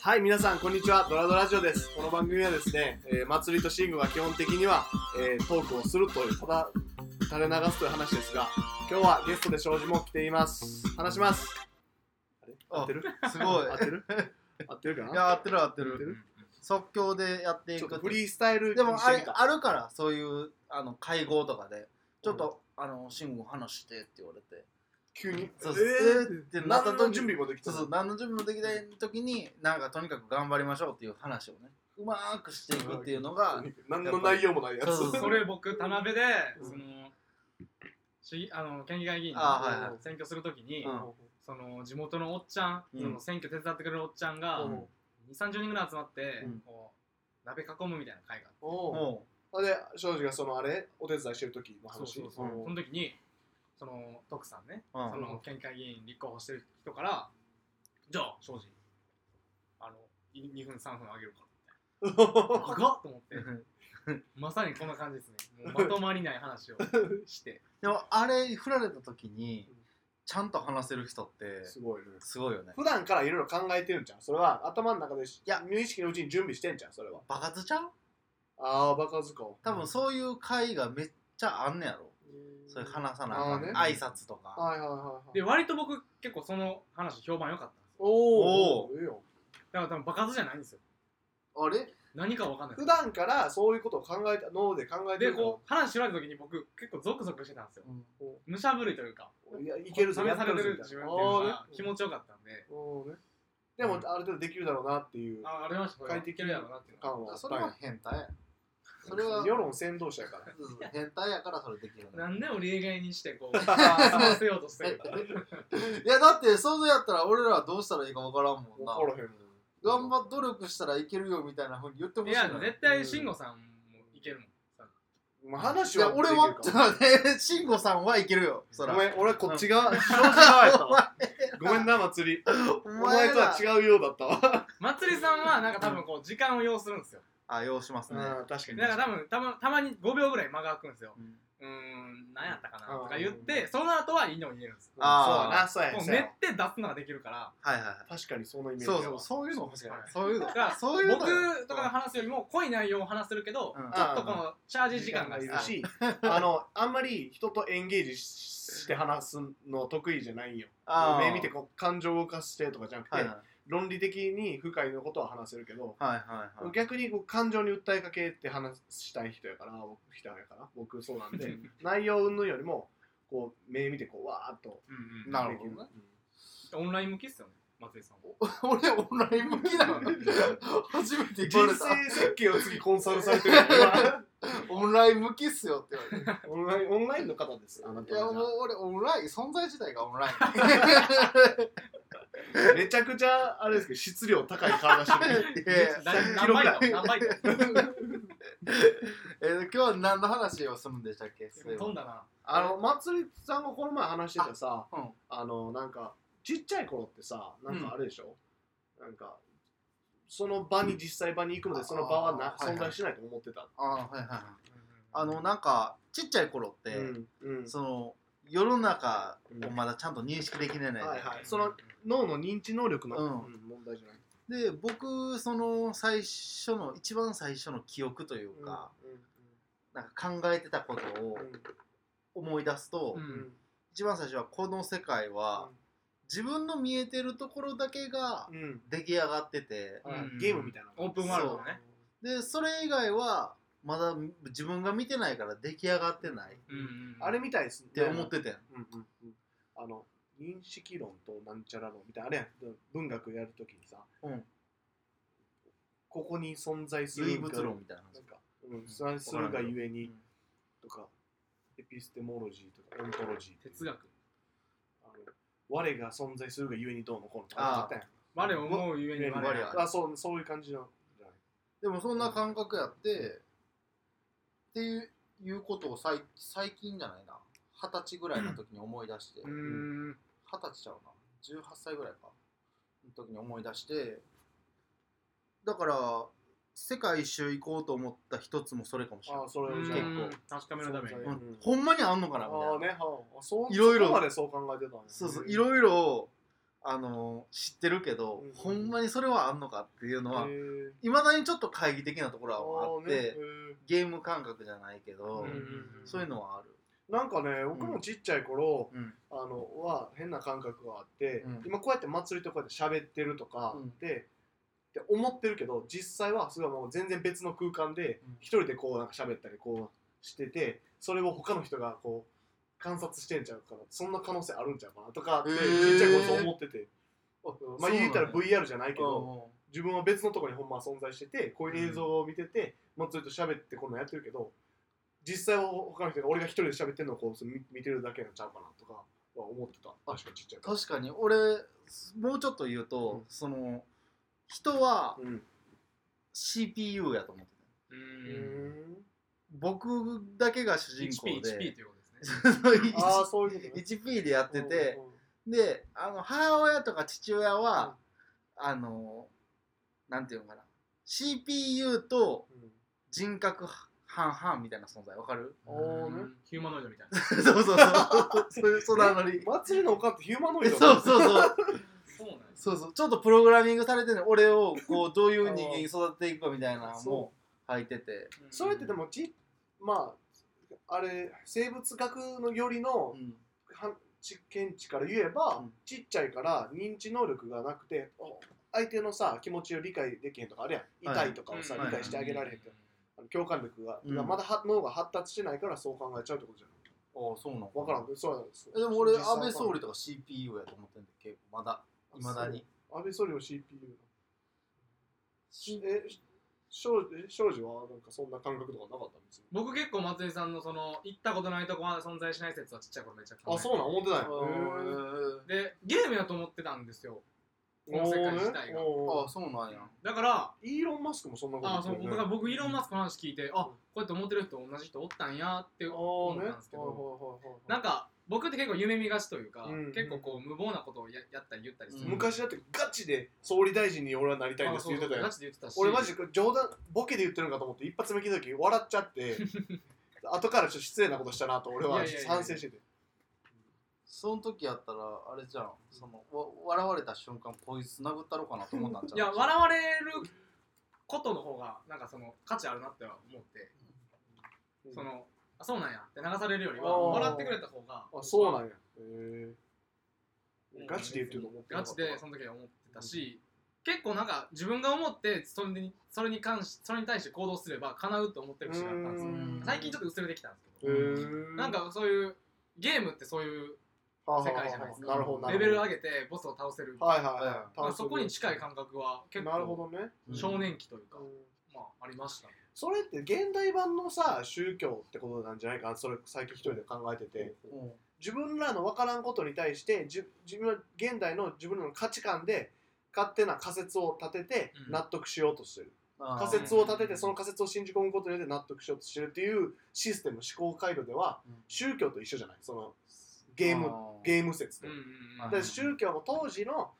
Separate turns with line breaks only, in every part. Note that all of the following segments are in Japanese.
はい、皆さん、こんにちは。ドラドラジオです。この番組はですね、えー、祭りとシングは基本的には、えー、トークをするという、ただ、垂れ流すという話ですが、今日はゲストで庄司も来ています。話します。あれ合ってる
すごい。
合ってる合ってるか
い
な
や、合ってる合って
合って
る。
る
即興でやってい
ちょっとフ
く。
リースタイルに
でも
し
あ
てみ
れ
た。
あるから、そういうあの会合とかで、ちょっと、あの、慎吾話してって言われて。
急に。
そうそう
え
えーって
ー、
なった
何の
時
準備もでき
そ
た。
うそう、何の準備もできない時に、なんかとにかく頑張りましょうっていう話をね、うまーくしていくっていうのが、
何の内容もないやつ。
そうそう
それ僕田辺で、
うん
その市議あの県議会議員の
あはいはい
選挙するときに、
うん
その地元のおっちゃん、
うん
その選挙手伝ってくれるおっちゃんが、
うん
2 3 0人ぐらい集まって、
うん
こう鍋囲むみたいな会があって
おう
も
あで、庄司がそのあれ、お手伝いしてる時の話。
そうそうそうその時にその徳さんね、
う、うん
その県議会議員立候補してる人から「じゃあ庄司あのい2分3分あげるか ら」みたいな「長っ!」と思ってまさにこんな感じですねもうまとまりない話をして。
でも、あれ、振られた時に、ちゃんと話せる人って、
すごいね。
すごいよね。
普段からいろいろ考えてるんじゃんそれは頭の中でい
や
無意識のうちに準備してんじゃんそれは
バカずちゃう
ああバカずか
多分そういう会がめっちゃあんねやろ。そういう話さな
あ
あ
ーね
かん挨拶とか。
はいはいはい
で
はい
割と僕結構その話評判良かったんですよ
お
お
おいいよ
だから多分爆発じゃないんですよ
あれ
何か分かんない
普
です
段からそういうことを考えた脳で考えて
で
るから
こう話しられた時に僕結構ゾクゾクしてたんですよ
うん
むしゃぶりというか
いやいける
試
ぞ
され
や
て
って
る
る
自
ぞみいな
分ったていうの
あ
が気持ちよかったんで
おねでもある程度できるだろうなっていう
あありましたこれ
快適
いけるやろうなっていうの
感はあっ
そ
た
れ
ん
は
や
変態や。それ は
世論先導者やから
うん変態やからそれできる
は
の。
なんで俺以外にしてこう 済ませようとしてる
いやだって想像やったら俺らはどうしたらいいかわからんもんな。
怒らへん
頑張っ努力したらいけるよみたいなふうに言ってほし
い
いの
や
よ。
絶対慎吾さんもいけるもん
まあ話
いや
は
俺
で
は
き
ち
る
ょ
か
っとね、 慎吾さんはいけるよ。そ
ご
ら。
めん俺はこっち側正直側やったわ ごめんな祭り
お
お前とは
う。
違うようだったわ
まつりさんはなんか多分こう時間を要するんですよ
あ、要しますね。
うん確かに
だから多分たまたまに5秒ぐらい間が空くんですよ
うん
うーん何やったかなとか言ってその後はいいのを言えるんですよ
あ
そうやな、
もう
そう
練
や
って出すのができるから
はいはいは
確かにそのイメー
い。
ジ
そうそう、そういうの欲しい
はい。
そういうの
だ。から
そういうのよ。
僕とかが話すよりも濃い内容を話せるけど、
うん
ちょっとこのチャージ時間が
い
必
る
要
し、あの、あんまり人とエンゲージして話すの得意じゃないよ。
あー
目見てこう感情を動かしてとかじゃなくて、
はいはい
論理的に不快なことは話せるけど、
はいはいはい。
逆にこう感情に訴えかけて話したい人やから、僕人やから、僕そうなんで、内容云々よりも、こう目見てこうわーっと
うんうん
な
で
る
き
ほどね
オンライン向きっすよね松井さん
俺オンライン向きなの 初めて言
人
われた
生設計を次コンサルされてるから
オンライン向きっすよって言われた
オンラインオンラインの方です。あなた
いや
は
も
じ
う
ゃあ
俺オンライン存在自体が オンライン
めちゃくちゃあれですけど質量高い体してる
え
何
記録
倍
が
だ何倍だ
えー今日は何の話をするんでしたっけ
飛んだな
あのまつりさんがこの前話してたさあ,、
うん
のなんかちっちゃい頃ってさなんかあれでしょ、なんかその場に実際場に行くまでその場はな
あーはいはい
存在しないと思ってた、
ああはいはいはいあのなんかちっちゃい頃って、
うんうん
その世の中をまだちゃんと認識できてないね、
はいはいその脳の認知能力の、
うん
うん問題じゃない
で僕その最初の一番最初の記憶というか、なんか考えてたことを思い出すと、
う
うん
ん
一番最初はこの世界は、
うん
自分の見えてるところだけが
うんうん
出来上がってて、
あ
うん
ゲームみたいな
オープンワールドのね
でそれ以外はまだ自分が見てないから出来上がってないっ
うんうん
あれみたいですって
思っててん、
うんうんうん、あの認識論となんちゃら論みたいなあれやん文学やるときにさ、
うん
ここに存在す
唯
る
物
が
論みたいな
なんか、うん、存在するがゆえにとかエピステモロジーとかオントロジー
哲学
あの我が存在するがゆえにどうのこうの
あー
ったやん
我を思うゆえに
我
我
は
は
あそうそういう感じのじゃない
でもそんな感覚やって、っていういうことを最最近じゃないな二十歳ぐらいの時に思い出して
う
二十、
ん
歳ちゃうな18歳ぐらいかの時に思い出してだから世界一周行こうと思った一つもそれかもしれな
あ
い
ーそれをじゃあ
結
うん
構
確かめるために
そう
う
構
んほんまにあんのかなみたいな
あーねはあそう
いろいろ
そこまでそう考えてたね
そうそう
うん
いろいろあの知ってるけど、
うん
ほんまにそれはあんのかっていうの
あ
は、いまだにちょっと懐疑的なところはあっ
ー
て、
ね
ゲーム感覚じゃないけど、
うん
そういうのはある。
なんかね僕もちっちゃい頃、
うん
あのは変な感覚があって、
うん
今こうやって祭りとこうやって喋ってるとか
うん
で、って思ってるけど実際はそれはもう全然別の空間で
うん
一人でこうなんか喋ったりこうしててそれを他の人がこう観察してんちゃうかなそんな可能性あるんちゃうかなとかって
へ
ちっ
ー
ちゃい頃そう思ってて。あまあ
そうなんや
言うたら VR じゃないけど、
う
自分は別のところにほんまは存在しててこういう映像を見てて、祭りと喋ってこんなんやってるけど実際は他の人が俺が一人で喋ってるのをこう見見てるだけなんちゃうかなとかは思ってた確かにちっちゃいか
確かに俺もうちょっと言うと、
うん
その人は
らうん
CPU やと思って
う
た
う。
んん
僕だけが主人
HP、
公で
HP ということですね。
ああそういうことね
1P でやってて、
うん
であの母親とか父親は、あのなんていうのかな CPU と
うん
人格半々みたいな存在わかる
おーね
うんヒューマノイドみたいな。
そうそうそうそういうそんなノ リ
祭りのおかんってヒューマノイ
え
ド
そうそうそう
そうなんです。
そうそうちょっとプログラミングされてる俺をこうどういう人間に育てていくかみたいなのも入ってて、
それってでもちまああれ生物学のよりの
うん
はち見地から言えば、
うん
ちっちゃいから認知能力がなくてお相手のさ気持ちを理解できへんとかあるやん
はい
痛いとかをさ、
うん
理解してあげられへんとか、あの共感力が,、
うん
まだは脳が発達してないからそう考えちゃうってことじゃない
ああそうなの
分からんそうなんです
えでも俺
実際
安
は
倍総理とか CPU やと思ってんだけどまだいまだに
安倍総理の CPU え庄庄司はなんかそんな感覚とかなかったんですよ
僕結構松井さんのその行ったことないとこは存在しない説はちっちゃい頃めっちゃ考えて
あそうなん思ってないへ
でゲームやと思ってたんですよこの世界自体が
おー
ああ
ね
そうなんや
だから
おーイーロン・マスクもそんなこと
あそう
よ
だから僕イーロン・マスクの話聞いてあこうやって思ってる人同じ人おったんやって
あー
思っ
ね
たんですけど
はいはいはいはい
なんか僕って結構夢見がしというか、
うん
結構こう無謀なことをややったり言ったりする、
うん
昔だってガチで総理大臣に俺はなりたいん
あ
で
そ
す
う
って言ってたや
ガ
ん
チで言ってたし
俺マジで冗談ボケで言ってるのかと思って一発目聞いた時笑っちゃって 後からちょっと失礼なことしたなと俺はい
やいやいやいや
反省してて
その時やったらあれじゃんそのわ笑われた瞬間こいつ殴ったろうかなと思ったんじゃん
いや笑われることの方がなんかその価値あるなっては思って、
うん
そのあそうなんやって流されるより
あー
は笑ってくれた方が
あそう
や
なんやへえガチで言ってると思ってな
ガ
かった
チでその時は思ってたし、結構なんか自分が思ってそれにそれに関しそれに対して行動すれば叶うと思ってる節があったんですよ
うん
最近ちょっと薄れてきたんですけ
へ
ど、
ー
なんかそういうゲームってそういう
はあはあはあ
世界じゃないですか
なるほどなる
レ
ほ
ベ
ど
ル上げてボスを倒せる、
はいはい
うん
はい
まあ、そこに近い
感
感覚は結
なるほ
構
どね
うん
少年期というか、
うん
まあありましたね
それって現代版のさ宗教ってことなんじゃないかなそれ最近一人で考えてて
うん
自分らの分からんことに対してじゅ自分は現代の自分らの価値観で勝手な仮説を立てて
うん
納得しようとしてる、
あー
仮説を立ててその仮説を信じ込むことによって納得しようとしてるっていうシステム思考回路では
うん
宗教と一緒じゃないそのゲーム
あ
ゲーム説と、
うんうんうん
だから宗教も当時の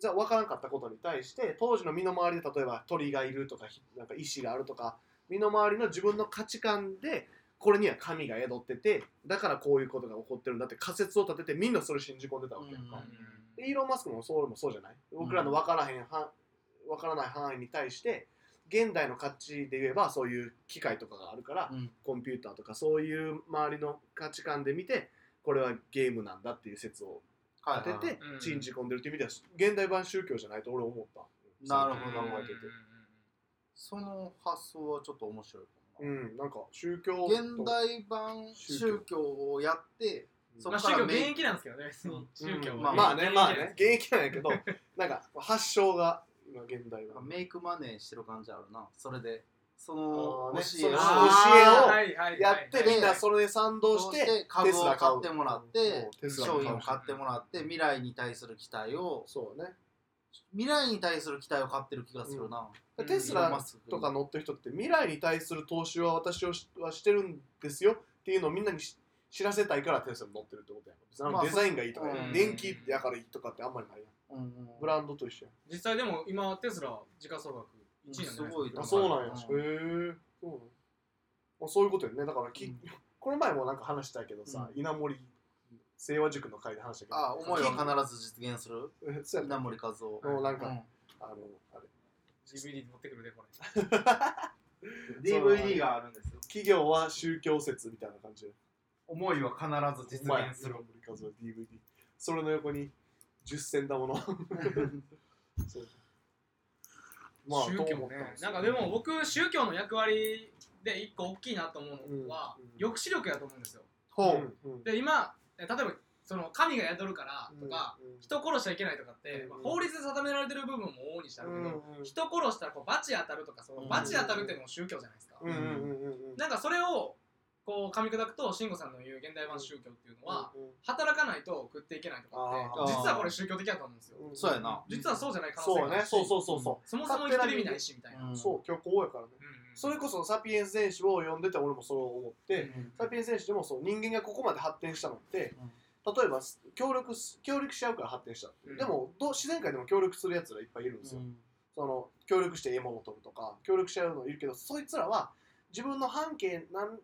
じゃあ分からんかったことに対して当時の身の回りで例えば鳥がいるとかひなんか石があるとか身の回りの自分の価値観でこれには神が宿っててだからこういうことが起こってるんだって仮説を立ててみんなそれ信じ込んでたわけやんか、でイーロン・マスクもそうもそうじゃない僕らの分からへんは分からない範囲に対して現代の価値で言えばそういう機械とかがあるから、
うん
コンピューターとかそういう周りの価値観で見てこれはゲームなんだっていう説を
はい
当
はい
てて
うん
信じ込んでるっていう意味では現代版宗教じゃないと俺思った
なる
う
ほ
ん
ど
考えてて
その発想はちょっと面白いかも
う
な、
んなんか宗教
現代版宗教をやって
うん
そ
ま
こ
あ、
から
宗教現
メイン
役なんですけどね別に宗教
うん
は
まあねまあ
現役
ね
なんで
現
す
役なんやけど なんか発祥が今現代版
メイクマネーしてる感じあるなそれでそ
あ
の
ーね
教えを
あー教えを
いはいはい
やって
ね
みんなそれで賛同し
そうして
て
株
テ
を
スラ
買
買う
ってもらっ
う
て
んテスラ
商
の株
品を買ってもらって未来に対する期待を
そうね
未来に対する期待を買ってる気がするな、
うん
テス
イーロン
ラ
マスク
とか乗ってる人って未来に対する投資は私をしはしてるんですよっていうのをみんなにし知らせたいからテスラに乗ってるってことやん別にあ
ま
の
あ
デザインがいいとか
うん
電気やからいいとかってあんまりないやん
うんうん
ブランドと一緒やん
実際でも今テスラ時価総額1位なんじゃないですか
あそうなんや、
うん
へえそうなんあそういうことよねだからき、
うん
この前もなんか話したけどさ、稲盛清和塾の会で話したけど
あ、思いは必ず実現する
うんそうやな
稲森和夫。
もうなんか、
うん
あのあれ
DVD 持ってくるでこれ
DVD があるんですよ。
企業は宗教説みたいな感じで
思いは必ず実現する
お。前稲森和夫 DVD それの横に10銭だも のそう
宗教ねなんかでも、僕宗教の役割で一個大きいなと思うのは、
うんうん
抑止力やと思うんですよ
と
ほ
思ったん
う。
ですようんうん
で今え例えばその神が宿るからとか、
うんうん
人殺しちゃいけないとかって、まあ
うん
法律で定められてる部分も多いにしてあるけど、人殺したらこう罰当たるとかその罰当たるっていうのも宗教じゃないですか、
うんうんうんうんうん
なんかそれをこう噛み砕くと慎吾さんの言う現代版宗教っていうのは、
うんうん
働かないと食っていけないとか
あ
ー
って実はこれ宗教的だと思うんですよ
うん
そうやな。
実はそうじゃない可能
そ
性
う
があ
ね
るし
そうそうそうそう、
そもそも生きてる意味ないしみたいな、
うん
そう虚構やからね
うんうん
それこそサピエンス選手を読んでて俺もそう思って、
うん
サピエンス選手でもそう人間がここまで発展したのって、例えば協力す協力し合うから発展した、
うん
でもどう自然界でも協力するやつらいっぱいいるんですよ、その協力して獲物を取るとか協力し合うのいるけどそいつらは自分の半径何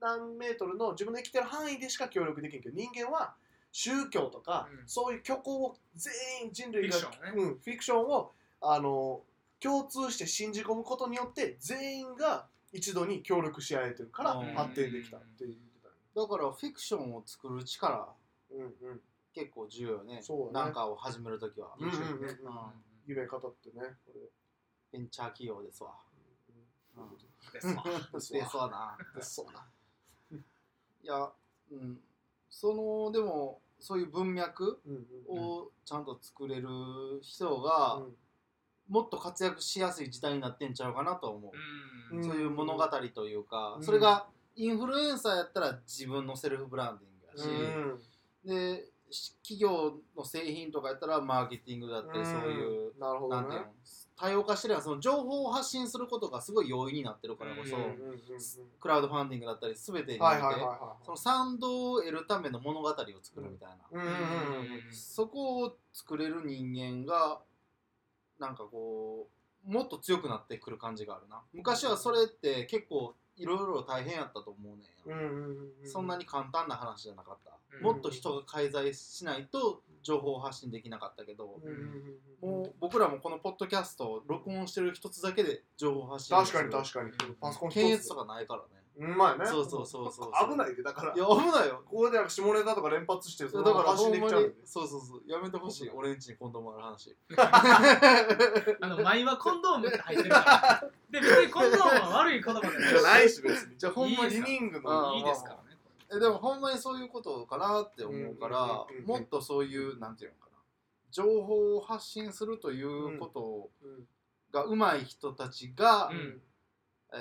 何メートルの自分の生きてる範囲でしか協力できんけど人間は宗教とか、
うん
そういう虚構を全員人類が
フィクション
うん、フィクションをあの共通して信じ込むことによって全員が一度に協力し合えてるから
うん
発展できたって言ってたよ
だからフィクションを作る力
うんうん
結構重要よね。
そうね
なんかを始めるときは。
うんうんうん
う
うん
ん
夢語ってねこれ、
ベンチャー企業ですわ。うん
ですわ
です
で
わ
すわな。
そうない
や、うん。その、でも、そういう文脈
うんうん
をちゃんと作れる人が、
うん
もっと活躍しやすい時代になってんちゃうかなとは思う。
うん
うん
そういう物語というか、
うん
それがインフルエンサーやったら自分のセルフブランディングや
う
し、
ん
でし企業の製品とかやったらマーケティングだったり、そういう、
んなるほど
なん
ね
ていうの多様化してるやんその情報を発信することがすごい容易になってるからこそ、
うん
うんうんうん
クラウドファンディングだったり全てにおい
はい
て
はいはいはい
その賛同を得るための物語を作るみたいな、
うんうんうんうん
そこを作れる人間がなんかこうもっと強くなってくる感じがあるな昔はそれって結構いろいろ大変やったと思うねん
う
や、
んうんうん
そんなに簡単な話じゃなかった、
うん
もっと人が介在しないと情報を発信できなかったけど、
うんうんうんうん
もう僕らもこのポッドキャストを録音してる一つだけで情報発信
確かに確かに
うん
パソコン一つ
検閲とかないからね
うんまいね
そうそうそうそう
危ないでだから
いや危ないよ
ここでなんか下ネタとか連発してる
だから
発
ほ
信
ん
で
ま
き
に
ちゃうんで
そうそうそうやめてほしい
危ない
俺んちに今度もある話
あの前はコンドームって入って るからで別にコンドームは悪い言葉じゃない
じゃないし別 に
じゃあほんまに
リニング
あ
の
ー
いいですからねこ
えでもほんまにそういうことかなって思うから
うんうんうんうん
もっとそういうなんていうのかな情報を発信するということ
うん
が上手い人たちが、
うん
え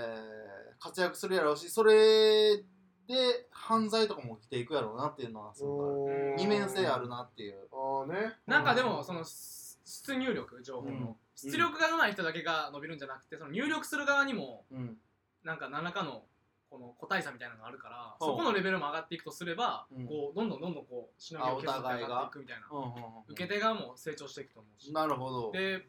ー活躍するやろうしそれで犯罪とかも起きていくやろうなっていうのはすごくある
おー
二面性あるなっていう
ああね
れなんかでもその出入力情報
うん
の出力が上手い人だけが伸びるんじゃなくてその入力する側にも
うん
なんか何らかのこの個体差みたいなのがあるから
ほう
そこのレベルも上がっていくとすれば
うん
こうどんどんどんどんこうしのぎを削って上がっていくみたいな
うんうんうん
受け手側も成長していくと思うし
なるほど。
で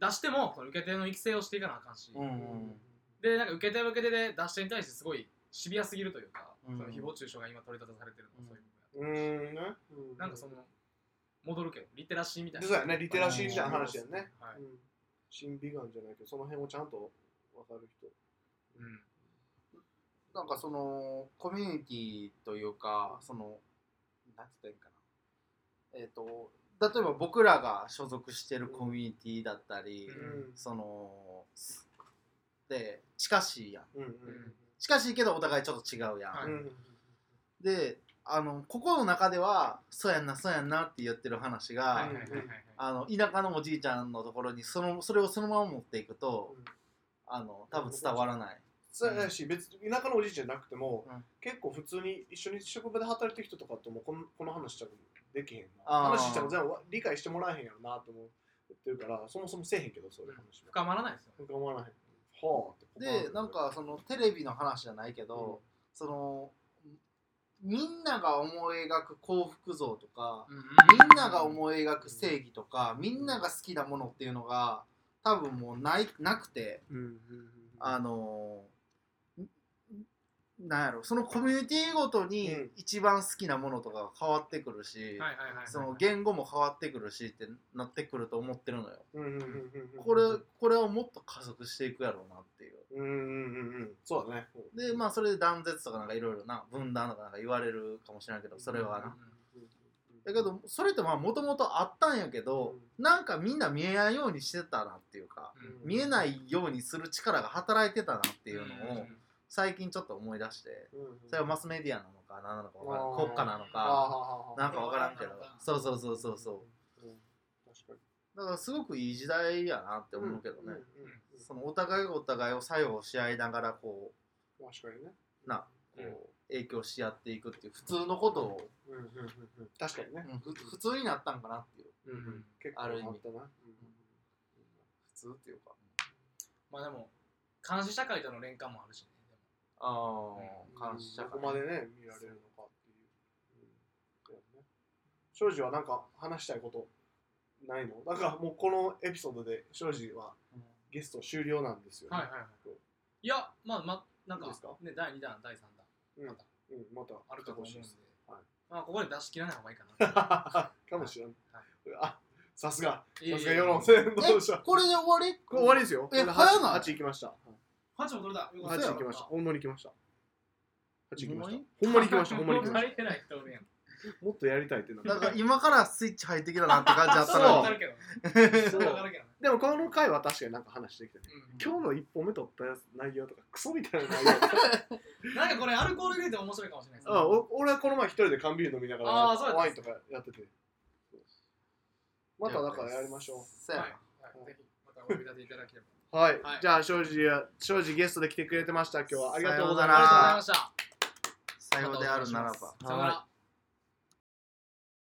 出してもその受け手の育成をしていかなあかんし、
うんうん
でなんか受け手は受け手で出し手に対してすごいシビアすぎるというか、
うん
その誹謗中傷が今取り立たされてる
うん
のがそういう部分
うー
や
んねう
なんかその戻るけどリテラシーみたいな
そうやねリテ
ラシーみたいな
話やね
はい、
うん審美眼じゃないけどその辺をちゃんと分かる人
うん
なんかそのコミュニティというかそのなんて言ったらいいんかな。えっ、と例えば僕らが所属してるコミュニティだったり、
うん
そので近しいやん。
うんうん
近しいけどお互いちょっと違うやん。
は
う
い
んうん
であのここの中ではそうやんなそうやんなって言ってる話が。
はいはいはいはいはい
あの田舎のおじいちゃんのところにそのそれをそのまま持っていくと、
うん
あの多分伝わらない、
そうやし、別に田舎のおじいちゃんじゃなくても、
うん
結構普通に一緒に職場で働いてる人とかともこのこの話したくできへんな
あー
話しても全部理解してもらえへんやろなと思ってるからそもそもせえへんけどそういう話も
深まらないですよね
深まらへんはあって
でなんかそのテレビの話じゃないけど、
うん
そのみんなが思い描く幸福像とか、みんなが思い描く正義とか、みんなが好きなものっていうのが多分もうないなくて、
うんうんうん
あのんなんやろそのコミュニティごとに
うん
一番好きなものとかが変わってくるし、
はいはいはい。
その言語も変わってくるしってなってくると思ってるのよ。
うんうんうんうんうん
これこれをもっと加速していくやろうなっていう。
うんうんうんうんそうだね
でまあそれで断絶とかなんかいろいろな分断とかなんか言われるかもしれないけどそれはな。だけどそれってまあもともとあったんやけど、なんかみんな見えないようにしてたなっていうか
うん
うん
見えないようにする力が働いてたなっていうの
う
を
ん
最近ちょっと思い出して
うんうん
それはマスメディアなのか何なのかわから
あ
ん
ー
国家なの
あー
か
はーはーは
なんかわからんけどそうそうそうそうそ
ーうん確かに
うだからすごくいい時代やなって思うけどね、
うんうん
そのお互いがお互いを作用し合いながらこ
うん確かにね
うなこ
うん
う影響し合っていくっていう普通のことを、
うんうんうんうん確かにね
うんふ普通になったんかなっていう
うんうん結構
ある意味
変わったな
普通っていうか
まあでも、監視社会との連関もあるしね。
あ
うん
あ感謝
どこまでね見られるのかっていううんだよね庄司はなんか話したいことないの なんかもうこのエピソードで庄司はゲスト終了なんですよね、
はいはいはい。いや、まあ、ま、なんか
いいですか、
ね、第2弾、第3弾、また
うん、また
あるかと思うん
い
で
で、すはい
まあ、ここで出し切らない方がいいかな。
かもしれん、
はい
あさすがさ
いやい
すが
やいや
世論戦どうし
え
た
これで終わり
これ終わりですよ
え
これで
早ない
8, 8行きました
八も取れた。
8行きましたほ
ほ
んまに行きました8行きました
ほんまに
ほんまに行きま したほんまに行
き
き
ま
ました
し。足りてない人おるやん。
たもっとやりたいってな
だ
っ
か
た
ら今からスイッチ入ってきたなって感じだった
そ
の
う
に
わかるけどね。そ
そうう
わかるけどね。
でもこの回は確かになんか話してきてね
うん
今日の1本目取ったやつ内容とかクソみたいな内容とか
なんかこれアルコール入れても面白いかもしれないですね
あお俺はこの前一人で缶ビール飲みながら
あーそうです
ワインとかやっててまただからやりましょ
そうやな
はいはいぜひまたお呼び立ていただければ。
うはい、
はい
じゃあ庄司は庄司ゲストで来てくれてました今日はありがとうござい
さ
ま
よ
し
うな
た
ら
ありがとう
さよ
ございました。
うであるならば
さようなら。